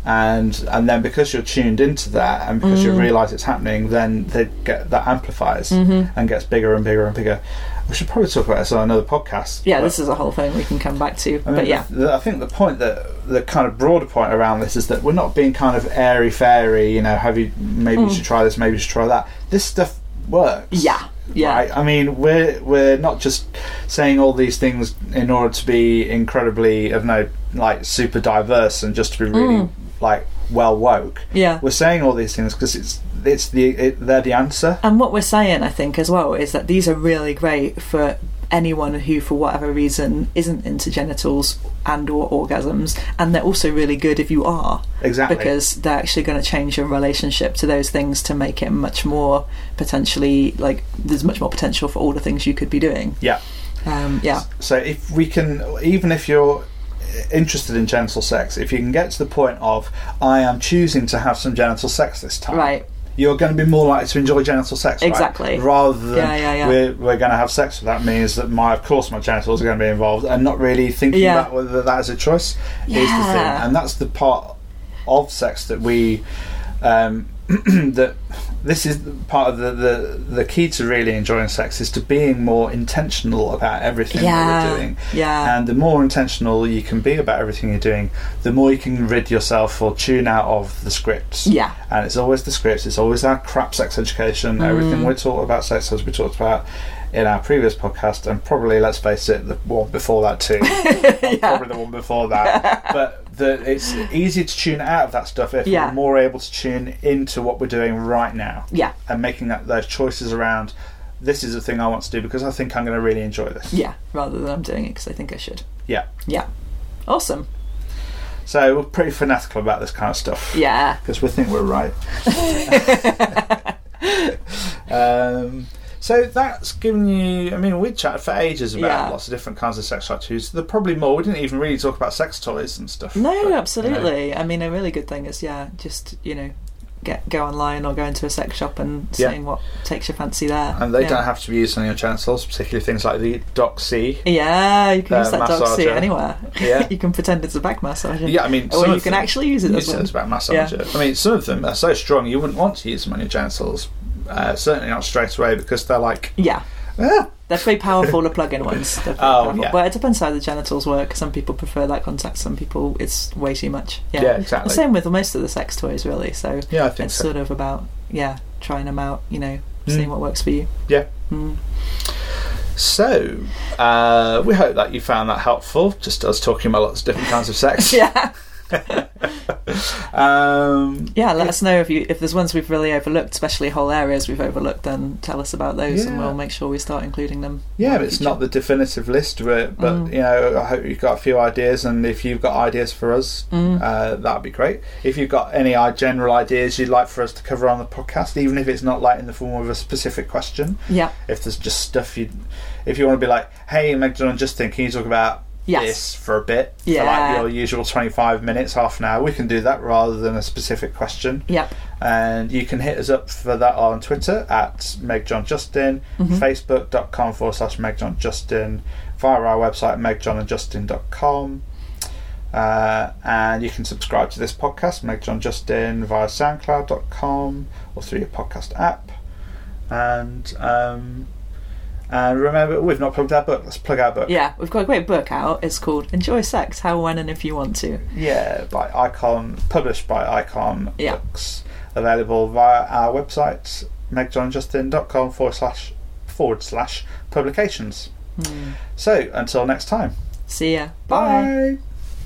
And and then because you're tuned into that, and because you
Mm.
realise it's happening, then they get that amplifies
hmm
and gets bigger and bigger and bigger. We should probably talk about this on another podcast.
yeah
but-
this is a whole thing we can come back to
I mean,
but yeah
the- the- I think the point that the kind of broader point around this is that we're not being kind of airy fairy. You know, have you maybe you
Mm.
should try this, maybe you should try that. This stuff works.
yeah yeah
Right? I mean, we're we're not just saying all these things in order to be incredibly of no like super diverse and just to be really
Mm.
like well woke.
yeah
We're saying all these things because it's it's the it, they're the answer.
And what we're saying, I think, as well, is that these are really great for anyone who, for whatever reason, isn't into genitals and/or orgasms, and they're also really good if you are,
Exactly.
because they're actually going to change your relationship to those things to make it much more potentially like there's much more potential for all the things you could be doing.
yeah.
Um, yeah,
So if we can, even if you're interested in genital sex, if you can get to the point of I am choosing to have some genital sex this time,
right.
You're going to be more likely to enjoy genital sex, right?
Exactly.
Rather than
Yeah, yeah, yeah.
we're we're going to have sex. That means that my, of course, my genitals are going to be involved, and not really thinking
Yeah.
about whether that is a choice is the thing,
Yeah.
and that's the part of sex that we. Um, that this is part of the, the the key to really enjoying sex is to being more intentional about everything that
Yeah.
we're doing Um,
Yeah.
and the more intentional you can be about everything you're doing, the more you can rid yourself or tune out of the scripts.
yeah.
And it's always the scripts, it's always our crap sex education,
Mm.
everything we talk about sex as we talked about in our previous podcast, and probably, let's face it, the one before that too. And Probably the one before that. but the, it's easy to tune out of that stuff if
Yeah.
we're more able to tune into what we're doing right now
Yeah.
and making that, those choices around this is the thing I want to do because I think I'm going to really enjoy this.
Yeah. Rather than I'm doing it because I think I should.
Yeah.
Yeah. Awesome.
So we're pretty fanatical about this kind of stuff.
Yeah.
because we think we're right. um, so that's given you. I mean, we chatted for ages about
Yeah.
lots of different kinds of sexual attitudes. There are probably more. We didn't even really talk about sex toys and stuff. but, you
No,
know,
absolutely. I mean, a really good thing is yeah, just you know, get go online or go into a sex shop and
Yeah.
seeing what takes your fancy there.
and they
yeah.
don't have to be used on your channels, particularly things like the Doxy.
Yeah, you can
Their
use that dog suit
uh, massager.
anywhere.
Yeah.
you can pretend it's a back massage.
Yeah, I mean,
Or
some
Mm. you
of
can
them-
actually use it
You
as
said
well.
it's about massager. I mean, some of them are so strong you wouldn't want to use them on your channels. Uh, certainly not straight away because they're like,
Yeah.
ah,
They're very powerful, the plug-in ones. They're very
Oh,
powerful.
yeah.
Well, it depends how the genitals work. Some people prefer that contact. Some people, it's way too much.
yeah.
Yeah. The
exactly.
same with most of the sex toys, really. So
Yeah, I think
it's
so.
sort of about yeah, trying them out. You know,
Mm.
seeing what works for you.
Yeah.
Mm.
So, uh, we hope that you found that helpful. Just us talking about lots of different kinds of sex.
Yeah.
um,
yeah, let us know if you if there's ones we've really overlooked, especially whole areas we've overlooked. Then tell us about those, and
Yeah.
we'll make sure we start including them.
Yeah,
in
but it's
future.
not the definitive list, but, but
Mm.
you know, I hope you've got a few ideas, and if you've got ideas for us,
Mm.
uh, that'd be great. If you've got any uh, general ideas you'd like for us to cover on the podcast, even if it's not like in the form of a specific question,
yeah.
if there's just stuff you, if you want to be like, hey, Magdalene, just think, can you talk about
Yes.
this for a bit, for
Yeah.
like your usual twenty-five minutes, half an hour, we can do that rather than a specific question.
Yep.
And you can hit us up for that on Twitter at MegJohnJustin, Facebook.com forward slash MegJohnJustin, via our website MegJohnandJustin.com. Uh, and you can subscribe to this podcast, MegJohnJustin, via SoundCloud.com or through your podcast app. And um, and remember, we've not plugged our book. Let's plug our book.
Yeah, we've got a great book out. It's called Enjoy Sex: How, When, and If You Want to.
Yeah, by Icon, published by Icon
Yeah.
Books, available via our website, megjohnjustin.com forward slash forward slash publications. So until next time,
See ya. Bye.
Hmm. bye.